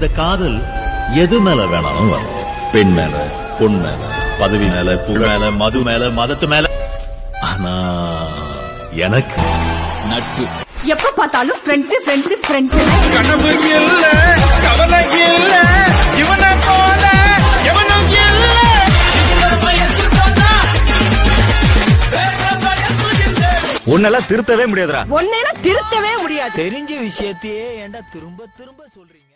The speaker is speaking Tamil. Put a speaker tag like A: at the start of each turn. A: இந்த காதல் எது மேல வேணாலும் வரும் பெண் மேல பொன் மேல பதவி மேல புகழ் மேல மது மேல மதத்து மேல ஆனா எனக்கு
B: நட்பு
C: எப்ப பார்த்தாலும் ஃப்ரெண்ட்ஸ் ஃப்ரெண்ட்ஸ் ஃப்ரெண்ட்ஸ்
D: கனவு இல்ல கவலை இல்ல இவன போல எவனும் இல்ல
E: உன்னெல்லாம் திருத்தவே முடியாதுடா
C: ஒன்னேல திருத்தவே முடியாது
E: தெரிஞ்ச விஷயத்தையே ஏன்டா திரும்ப திரும்ப சொல்றீங்க